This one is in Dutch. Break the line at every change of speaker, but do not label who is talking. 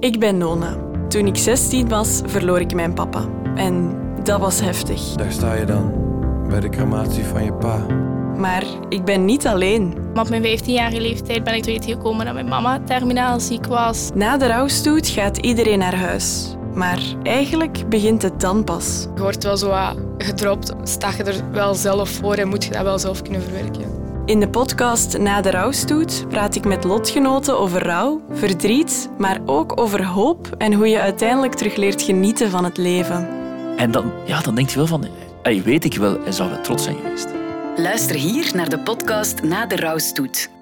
Ik ben Nona. Toen ik 16 was, verloor ik mijn papa. En dat was heftig.
Daar sta je dan, bij de crematie van je pa.
Maar ik ben niet alleen.
Maar op mijn 15-jarige leeftijd ben ik te weten gekomen dat mijn mama terminaal ziek was.
Na de rouwstoet gaat iedereen naar huis. Maar eigenlijk begint het dan pas.
Je wordt wel zo wat gedropt. Sta je er wel zelf voor en moet je dat wel zelf kunnen verwerken.
In de podcast Na de rouwstoet praat ik met lotgenoten over rouw, verdriet, maar ook over hoop en hoe je uiteindelijk terug leert genieten van het leven.
En dan, ja, dan denk je wel van, hey, weet ik wel, en zou wel trots zijn geweest.
Luister hier naar de podcast Na de Rouwstoet.